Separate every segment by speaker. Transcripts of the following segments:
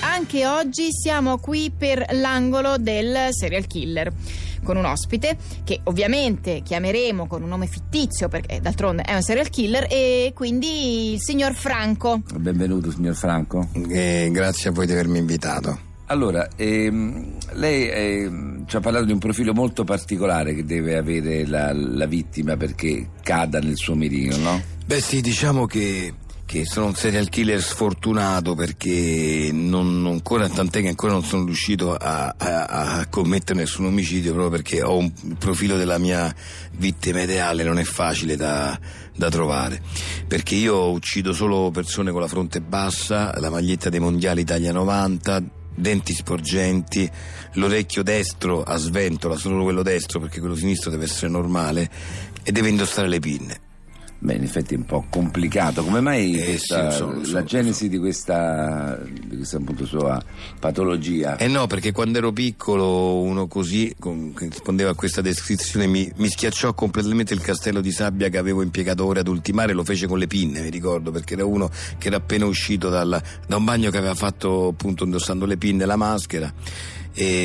Speaker 1: Anche oggi siamo qui per l'angolo del serial killer con un ospite che ovviamente chiameremo con un nome fittizio perché d'altronde è un serial killer e quindi il signor Franco.
Speaker 2: Benvenuto signor Franco.
Speaker 3: Eh, grazie a voi di avermi invitato.
Speaker 2: Allora, ehm, lei ehm, ci ha parlato di un profilo molto particolare che deve avere la, la vittima perché cada nel suo mirino, no?
Speaker 3: Beh sì, diciamo che, che sono un serial killer sfortunato perché non, non ancora, tant'è che ancora non sono riuscito a, a- a commettere nessun omicidio proprio perché ho un il profilo della mia vittima ideale, non è facile da, da trovare. Perché io uccido solo persone con la fronte bassa, la maglietta dei mondiali Italia 90, denti sporgenti, l'orecchio destro a sventola, solo quello destro perché quello sinistro deve essere normale e deve indossare le pinne.
Speaker 2: Beh, in effetti è un po' complicato. Come mai
Speaker 3: Eh,
Speaker 2: questa-
Speaker 3: sì, lo so, lo so,
Speaker 2: la
Speaker 3: lo
Speaker 2: genesi di questa, di questa appunto sua patologia?
Speaker 3: Eh no, perché quando ero piccolo uno così con- che rispondeva a questa descrizione mi, mi schiacciò completamente il castello di sabbia che avevo impiegato ore ad ultimare, lo fece con le pinne, mi ricordo, perché era uno che era appena uscito dalla- da un bagno che aveva fatto appunto indossando le pinne e la maschera.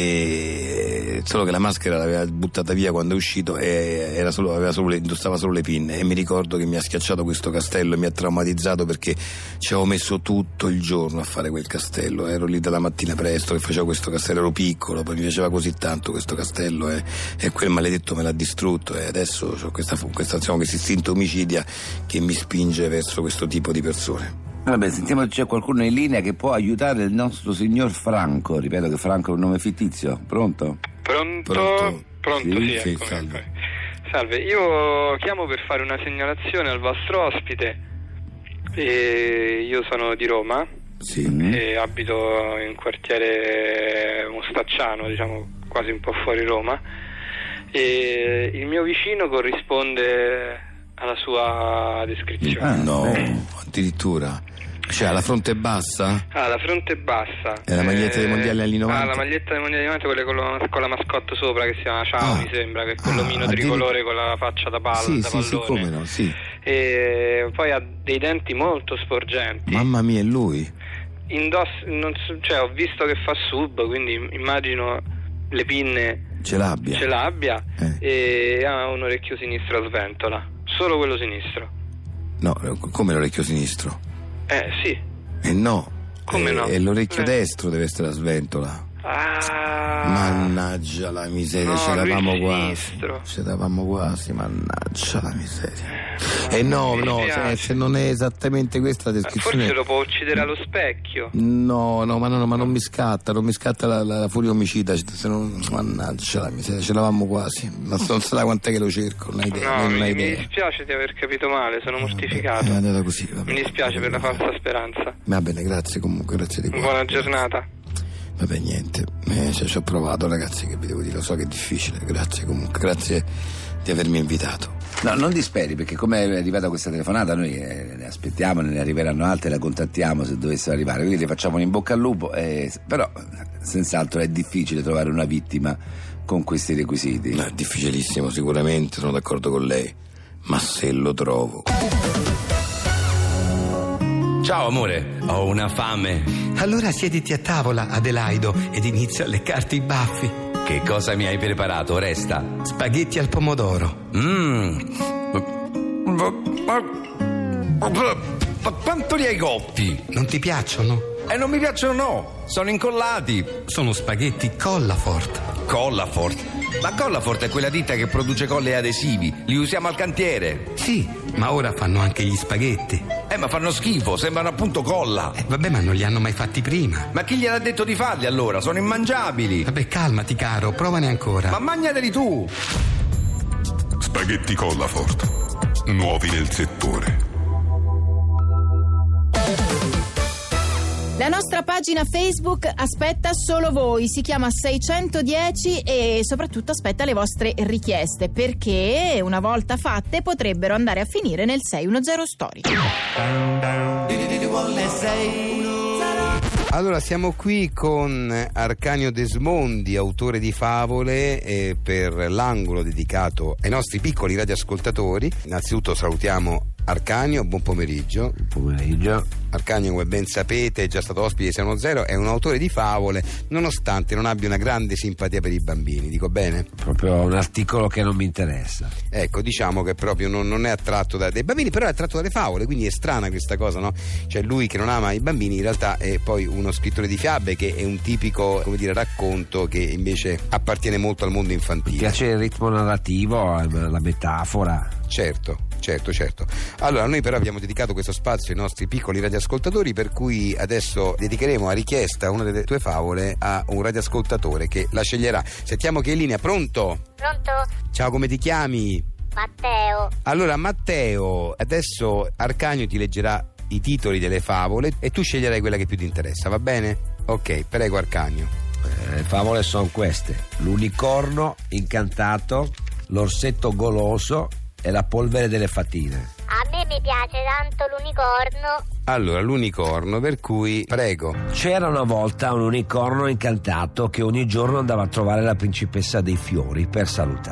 Speaker 3: E solo che la maschera l'aveva buttata via quando è uscito e era solo- aveva solo le- indossava solo le pinne e mi ricordo che mi ha schiacciato questo castello e mi ha traumatizzato perché ci avevo messo tutto il giorno a fare quel castello ero lì dalla mattina presto che facevo questo castello ero piccolo poi mi piaceva così tanto questo castello e, e quel maledetto me l'ha distrutto e adesso ho questa, fu- questa, diciamo, questo istinto omicidia che mi spinge verso questo tipo di persone
Speaker 2: Vabbè, sentiamo se c'è qualcuno in linea che può aiutare il nostro signor Franco. Ripeto che Franco è un nome fittizio. Pronto?
Speaker 4: Pronto?
Speaker 3: Pronto?
Speaker 4: Pronto,
Speaker 3: Sì,
Speaker 4: sì,
Speaker 3: sì,
Speaker 4: eccomi,
Speaker 3: salve.
Speaker 4: eccomi. Salve, io chiamo per fare una segnalazione al vostro ospite. E io sono di Roma
Speaker 3: sì
Speaker 2: Mm.
Speaker 4: e abito in un quartiere mustacciano, diciamo quasi un po' fuori Roma. E il mio vicino corrisponde alla sua descrizione.
Speaker 2: Ah,
Speaker 3: no
Speaker 2: beh.
Speaker 3: addirittura cioè la fronte bassa
Speaker 4: Ah, la fronte bassa.
Speaker 3: E la maglietta dei mondiali anni 90?
Speaker 4: Ah, la maglietta dei mondiali anni 90, quella con la, con la mascotte sopra che si chiama Ciao,
Speaker 3: Ah.
Speaker 4: mi sembra, che è
Speaker 3: Ah,
Speaker 4: quell'omino
Speaker 3: addirittura-
Speaker 4: tricolore con la faccia da palla,
Speaker 3: sì
Speaker 4: da
Speaker 3: sì sì
Speaker 4: pallone.
Speaker 3: come no sì
Speaker 4: E poi ha dei denti molto sporgenti.
Speaker 3: Mamma mia, è lui?
Speaker 4: Indoss- non so- cioè, ho visto che fa sub, quindi immagino le pinne
Speaker 3: Ce l'abbia.
Speaker 4: ce l'abbia
Speaker 3: Eh.
Speaker 4: e ha un orecchio sinistro a sventola, solo quello sinistro.
Speaker 3: No, eh, come l'orecchio sinistro?
Speaker 4: Eh, sì.
Speaker 3: Eh no.
Speaker 4: Come
Speaker 3: Eh,
Speaker 4: no?
Speaker 3: E l'orecchio
Speaker 4: Eh.
Speaker 3: destro deve essere la sventola.
Speaker 4: Ah.
Speaker 3: Mannaggia la miseria,
Speaker 4: No,
Speaker 3: ce l'avamo
Speaker 4: lui è
Speaker 3: quasi.
Speaker 4: sinistro.
Speaker 3: Ce l'avamo quasi, mannaggia la miseria. E Eh, no,
Speaker 4: Eh, mi
Speaker 3: no, se,
Speaker 4: dispiace.
Speaker 3: se non è esattamente questa la
Speaker 4: Eh, Forse
Speaker 3: descrizione.
Speaker 4: lo può uccidere allo specchio.
Speaker 3: Eh, No, no, ma no, no, ma non mi scatta, non mi scatta la, la- la furia omicida, se non- mannaggia la miseria, ce l'avamo quasi, ma non so da quant'è che lo cerco, non hai idea,
Speaker 4: No,
Speaker 3: non
Speaker 4: mi,
Speaker 3: hai
Speaker 4: mi
Speaker 3: idea. Eh,
Speaker 4: dispiace di aver capito male, sono
Speaker 3: È
Speaker 4: mortificato.
Speaker 3: andata così, va
Speaker 4: Mi
Speaker 3: bene.
Speaker 4: dispiace per la falsa speranza.
Speaker 3: Va bene, grazie comunque, grazie di cuore.
Speaker 4: Buona giornata.
Speaker 3: Vabbè, niente, eh, cioè, ci ho provato ragazzi, che vi devo dire, lo so che è difficile, grazie comunque, grazie di avermi invitato.
Speaker 2: No, non disperi perché come è arrivata questa telefonata noi eh, ne aspettiamo, ne arriveranno altre, la contattiamo se dovessero arrivare, quindi le facciamo un in bocca al lupo, eh, s- però eh, senz'altro è difficile trovare una vittima con questi requisiti.
Speaker 3: No, è difficilissimo sicuramente, sono d'accordo con lei, ma se lo trovo...
Speaker 5: Ciao amore, ho una fame.
Speaker 6: Allora siediti a tavola, Adelaido, ed inizia a leccarti i baffi.
Speaker 5: Che cosa mi hai preparato? Resta.
Speaker 6: Spaghetti al pomodoro.
Speaker 5: Mmm. Quanto li hai cotti?
Speaker 6: Non ti piacciono?
Speaker 5: E non mi piacciono, no. Sono incollati.
Speaker 6: Sono spaghetti Collafort.
Speaker 5: Collafort. La Collafort è quella ditta che produce colle e adesivi. Li usiamo al cantiere.
Speaker 6: Sì, ma ora fanno anche gli spaghetti.
Speaker 5: Eh, ma fanno schifo, sembrano appunto colla.
Speaker 6: Eh, vabbè, ma non li hanno mai fatti prima.
Speaker 5: Ma chi gliel'ha detto di farli allora? Sono immangiabili.
Speaker 6: Vabbè, calmati, caro, provane ancora.
Speaker 5: Ma magnateli tu.
Speaker 7: Spaghetti Collafort. Nuovi nel settore.
Speaker 1: La nostra pagina Facebook aspetta solo voi, si chiama 610 e soprattutto aspetta le vostre richieste perché una volta fatte potrebbero andare a finire nel 610 Story.
Speaker 6: Allora, siamo qui con Arcanio Desmondi, autore di favole, eh, per l'angolo dedicato ai nostri piccoli radioascoltatori. Innanzitutto salutiamo Arcanio, buon pomeriggio.
Speaker 8: pomeriggio.
Speaker 6: Arcagno, come ben sapete, è già stato ospite di 610, è un autore di favole, nonostante non abbia una grande simpatia per i bambini, dico bene?
Speaker 8: Proprio un articolo che non mi interessa.
Speaker 6: Ecco, diciamo che proprio non, non è attratto da- dai bambini, però è attratto dalle favole, quindi è strana questa cosa, no? Cioè lui che non ama i bambini in realtà è poi uno scrittore di fiabe che è un tipico, come dire, racconto che invece appartiene molto al mondo
Speaker 8: Mi
Speaker 6: infantile.
Speaker 8: piace il ritmo narrativo, ehm, la metafora.
Speaker 6: Certo, certo, certo. Allora, noi però abbiamo dedicato questo spazio ai nostri piccoli radioascoltatori, per cui adesso dedicheremo a richiesta una delle tue favole a un radioascoltatore che la sceglierà. Sentiamo che è in linea, pronto?
Speaker 9: Pronto?
Speaker 6: Ciao, come ti chiami?
Speaker 9: Matteo.
Speaker 6: Allora, Matteo, adesso Arcanio ti leggerà i titoli delle favole e tu sceglierai quella che più ti interessa, va bene? Ok, prego Arcanio.
Speaker 8: Eh, Le favole sono queste: l'unicorno incantato, l'orsetto goloso e la polvere delle fatine.
Speaker 9: A me mi piace tanto l'unicorno.
Speaker 6: Allora, l'unicorno, per cui prego.
Speaker 8: C'era una volta un unicorno incantato che ogni giorno andava a trovare la principessa dei fiori per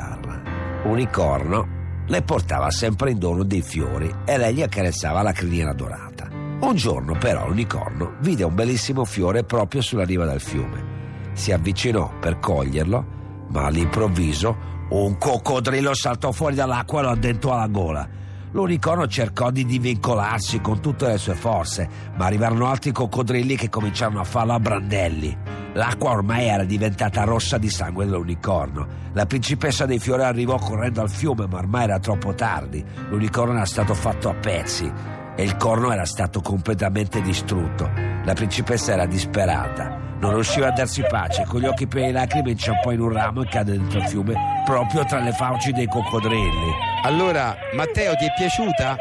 Speaker 8: salutarla. Unicorno le portava sempre in dono dei fiori e lei gli accarezzava la criniera dorata. Un giorno però l'unicorno vide un bellissimo fiore proprio sulla riva del fiume. Si avvicinò per coglierlo, ma all'improvviso un coccodrillo saltò fuori dall'acqua e lo addentò alla gola. L'unicorno cercò di divincolarsi con tutte le sue forze, ma arrivarono altri coccodrilli che cominciarono a farlo a brandelli. L'acqua ormai era diventata rossa di sangue dell'unicorno. La principessa dei fiori arrivò correndo al fiume, ma ormai era troppo tardi. L'unicorno era stato fatto a pezzi e il corno era stato completamente distrutto. La principessa era disperata. Non riusciva a darsi pace, con gli occhi pieni di lacrime inciampò in un ramo e cadde dentro il fiume, proprio tra le fauci dei coccodrilli.
Speaker 6: Allora, Matteo, ti è piaciuta?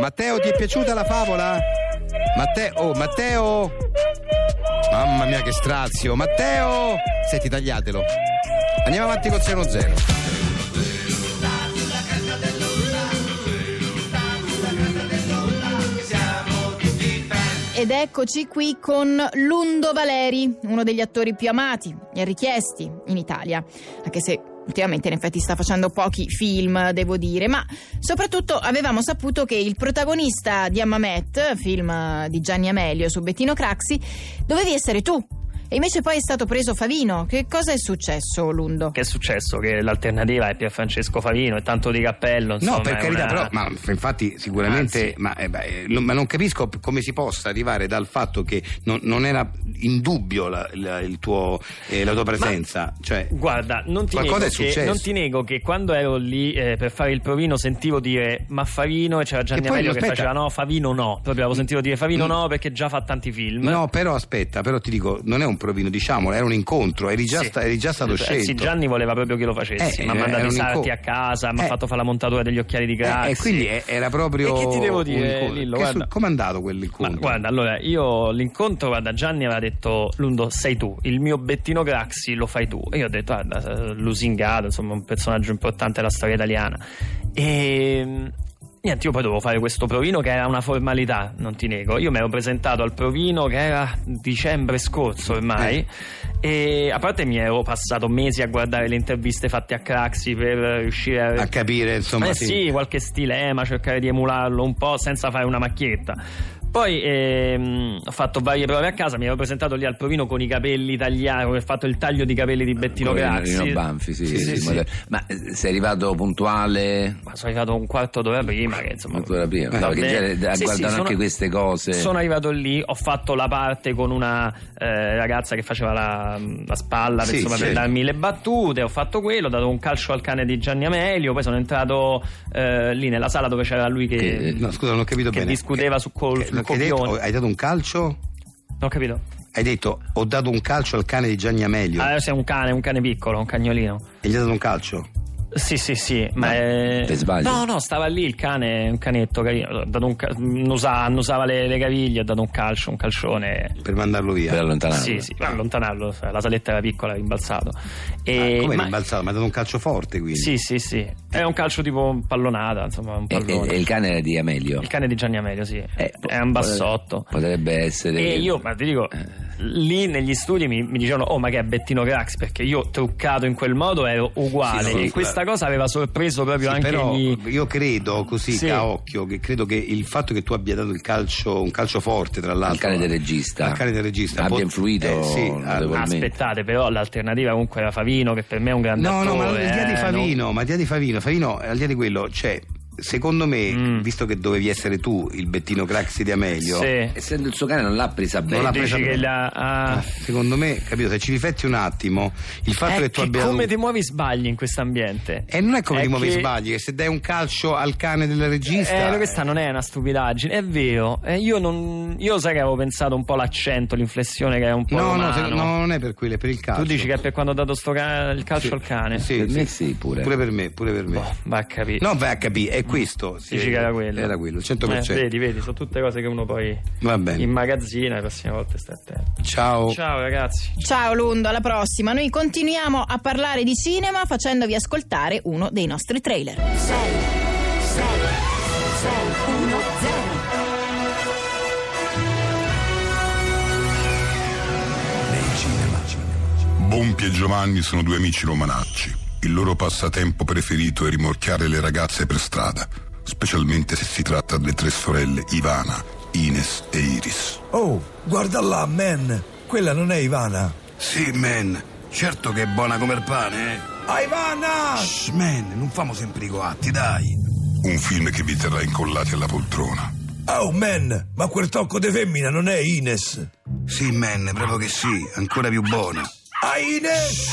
Speaker 6: Matteo, ti è piaciuta la favola? Matteo, oh, Matteo! Mamma mia che strazio! Matteo! Senti, tagliatelo. Andiamo avanti col 0-0.
Speaker 1: Ed eccoci qui con Lundo Valeri, uno degli attori più amati e richiesti in Italia, anche se ultimamente in effetti sta facendo pochi film, devo dire, ma soprattutto avevamo saputo che il protagonista di Ammamet, film di Gianni Amelio su Bettino Craxi, dovevi essere tu. E invece poi è stato preso Favino. Che cosa è successo, Lundo?
Speaker 10: Che è successo? Che l'alternativa è Pier Francesco Favino, è tanto di cappello. Insomma,
Speaker 3: No, per
Speaker 10: è
Speaker 3: carità,
Speaker 10: una-
Speaker 3: però, ma f- infatti sicuramente,
Speaker 10: Anzi.
Speaker 3: ma, eh, beh, eh, non- ma non capisco p- come si possa arrivare dal fatto che non, non era in dubbio la, la- il tuo, eh, la tua presenza. cioè,
Speaker 10: Guarda, non ti, nego
Speaker 3: Qualcosa è
Speaker 10: che,
Speaker 3: successo.
Speaker 10: non ti nego che quando ero lì eh, per fare il provino sentivo dire ma Favino e c'era Gianni
Speaker 3: poi,
Speaker 10: Amelio che
Speaker 3: aspetta.
Speaker 10: faceva no, Favino no. Proprio avevo sentito dire Favino
Speaker 3: Mm.
Speaker 10: no perché già fa tanti film.
Speaker 3: No, però aspetta, però ti dico, non è un provino, diciamolo, era un incontro, eri già,
Speaker 10: Sì.
Speaker 3: sta- eri già stato
Speaker 10: Eh,
Speaker 3: scelto.
Speaker 10: Sì, Gianni voleva proprio che lo facessi.
Speaker 3: Eh,
Speaker 10: mi ha
Speaker 3: eh,
Speaker 10: mandato
Speaker 3: era
Speaker 10: i
Speaker 3: un
Speaker 10: sarti
Speaker 3: inco-
Speaker 10: a casa, mi ha
Speaker 3: Eh.
Speaker 10: fatto fare la montatura degli occhiali di
Speaker 3: Eh,
Speaker 10: Grazia.
Speaker 3: e quindi eh, era proprio.
Speaker 10: E che ti devo
Speaker 3: un
Speaker 10: dire,
Speaker 3: incontro.
Speaker 10: Lillo?
Speaker 3: Che
Speaker 10: guarda.
Speaker 3: su- Com'è andato
Speaker 10: Ma
Speaker 3: quell'incontro?
Speaker 10: guarda, allora io l'incontro, guarda, Gianni aveva detto: Lundo, sei tu, il mio Bettino Graxi lo fai tu. E io ho detto, guarda, eh, lusingato, insomma, un personaggio importante della storia italiana. E. mm, Niente, io poi dovevo fare questo provino che era una formalità, non ti nego. Io mi ero presentato al provino che era dicembre scorso ormai. E a parte mi ero passato mesi a guardare le interviste fatte a Craxi per eh, riuscire a,
Speaker 3: A capire, insomma.
Speaker 10: eh sì, qualche stilema, cercare di emularlo un po' senza fare una macchietta. Poi ehm, ho fatto varie prove a casa, mi ero presentato lì al provino con i capelli tagliati, ho fatto il taglio di capelli di Bettino
Speaker 2: Con
Speaker 10: Grazzi.
Speaker 2: Rino Banfi, sì,
Speaker 10: Sì,
Speaker 2: sì,
Speaker 10: sì, sì.
Speaker 2: modello. Ma eh, sei arrivato puntuale?
Speaker 10: Ma sono arrivato un quarto d'ora prima, che insomma...
Speaker 2: Ancora prima?
Speaker 10: va
Speaker 2: No, perché
Speaker 10: bene.
Speaker 2: già- eh,
Speaker 10: Sì, sì,
Speaker 2: guardano anche
Speaker 10: sono-
Speaker 2: queste cose.
Speaker 10: Sono arrivato lì, ho fatto la parte con una eh, ragazza che faceva la, la spalla per,
Speaker 3: Sì,
Speaker 10: insomma,
Speaker 3: sì.
Speaker 10: per darmi le battute, ho fatto quello, ho dato un calcio al cane di Gianni Amelio, poi sono entrato eh, lì nella sala dove c'era lui che...
Speaker 2: Che-
Speaker 3: No, scusa, non ho capito
Speaker 10: che
Speaker 3: bene.
Speaker 10: discuteva su col- sul
Speaker 3: che- eh? che hai detto-
Speaker 10: copione.
Speaker 3: hai dato un calcio?
Speaker 10: Non ho capito.
Speaker 3: Hai detto ho dato un calcio al cane di Gianni Amelio.
Speaker 10: Ah, sei un cane, un cane piccolo, un cagnolino.
Speaker 3: E gli hai dato un calcio?
Speaker 10: Sì, sì, sì, ma... è-
Speaker 2: per sbaglio.
Speaker 10: No, no, stava lì il cane, un canetto carino. Ho dato un ca- annusa- annusava le, le caviglie, ho dato un calcio, un calcione.
Speaker 3: Per mandarlo via.
Speaker 10: Eh,
Speaker 2: Per allontanarlo.
Speaker 10: Sì, sì, per allontanarlo, la saletta era piccola, rimbalzato. E,
Speaker 3: Ah, come
Speaker 10: ma-
Speaker 3: rimbalzato? Mi ha dato un calcio forte quindi.
Speaker 10: Sì, sì, sì. È un calcio tipo pallonata, insomma, un
Speaker 2: E, e-
Speaker 10: pallone.
Speaker 2: e il cane era di Amelio.
Speaker 10: Il cane di Gianni Amelio, sì.
Speaker 2: Eh,
Speaker 10: è un bassotto.
Speaker 2: Potrebbe essere. Eh.
Speaker 10: E io, ma ti dico, lì negli studi mi, mi dicevano oh ma che è Bettino Crax perché io truccato in quel modo ero uguale
Speaker 6: Sì, sì,
Speaker 10: e
Speaker 6: sì.
Speaker 10: questa cosa aveva sorpreso proprio
Speaker 6: Sì,
Speaker 10: anche
Speaker 6: però
Speaker 10: gli...
Speaker 6: io credo così
Speaker 10: Sì.
Speaker 6: a occhio che credo che il fatto che tu abbia dato il calcio un calcio forte tra l'altro
Speaker 2: Il cane del regista.
Speaker 6: al cane del regista
Speaker 2: Abbia
Speaker 6: pot-
Speaker 2: influito
Speaker 6: eh, sì,
Speaker 2: notevolmente.
Speaker 10: aspettate però l'alternativa comunque era Favino che per me è un grande
Speaker 6: No, no, ma al
Speaker 10: attore,
Speaker 6: di là
Speaker 10: eh,
Speaker 6: di Favino,
Speaker 10: non-
Speaker 6: ma al di là di Favino, Favino, al di là di quello, cioè, secondo me,
Speaker 10: Mm.
Speaker 6: visto che dovevi essere tu il Bettino Craxi di Amelio,
Speaker 10: sì.
Speaker 2: Essendo il suo cane non l'ha presa bene.
Speaker 6: non l'ha
Speaker 10: dici
Speaker 6: presa
Speaker 10: che
Speaker 6: bene.
Speaker 10: la- ah.
Speaker 6: eh, secondo me, capito, se ci rifletti un attimo, il fatto
Speaker 10: Eh,
Speaker 6: che tu abbia...
Speaker 10: come ti muovi sbagli in questo ambiente
Speaker 6: E non è come
Speaker 10: È
Speaker 6: ti muovi
Speaker 10: che-
Speaker 6: sbagli, che se dai un calcio al cane del regista...
Speaker 10: Eh, questa non è una stupidaggine, è vero. Eh, io, non, io sai che avevo pensato un po' l'accento, l'inflessione che è un po'.
Speaker 6: No, no,
Speaker 10: romano.
Speaker 6: se- no, non è per quello, è per il calcio.
Speaker 10: Tu dici che è per quando ho dato sto ca- il calcio
Speaker 6: Sì.
Speaker 10: al cane?
Speaker 6: Sì,
Speaker 2: Per
Speaker 6: sì.
Speaker 2: me sì, pure.
Speaker 6: Pure per me, pure per me.
Speaker 10: Boh, va a capire.
Speaker 6: No, vai a capire, è questo. sì,
Speaker 10: Dici che era quello.
Speaker 6: Era quello, 100%.
Speaker 10: Eh, vedi, vedi, sono tutte cose che uno poi
Speaker 6: Va bene.
Speaker 10: immagazzina la prossima volta stai attento.
Speaker 6: Ciao.
Speaker 10: Ciao ragazzi.
Speaker 1: Ciao Lundo, alla prossima. Noi continuiamo a parlare di cinema facendovi ascoltare uno dei nostri trailer.
Speaker 7: Bompi e Giovanni sono due amici romanacci. Il loro passatempo preferito è rimorchiare le ragazze per strada, specialmente se si tratta delle tre sorelle Ivana, Ines e Iris.
Speaker 8: Oh, guarda là, man! Quella non è Ivana!
Speaker 3: Sì, man. Certo che è buona come il pane, eh.
Speaker 8: Ah, Ivana!
Speaker 3: Shh, man, non famo sempre i coatti, dai.
Speaker 7: Un film che vi terrà incollati alla poltrona.
Speaker 8: Oh, man! Ma quel tocco di femmina non è Ines!
Speaker 3: Sì, man, proprio che sì, ancora più buona.
Speaker 8: Ah, Ines!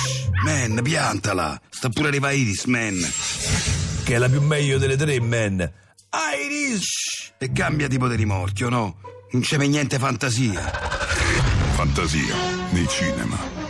Speaker 3: Man, piantala. Sta pure arriva Iris, man.
Speaker 8: Che è la più meglio delle tre, man! Ah, Iris!
Speaker 3: E cambia tipo di rimorchio, no? Non c'è per niente fantasia.
Speaker 7: Fantasia nei cinema.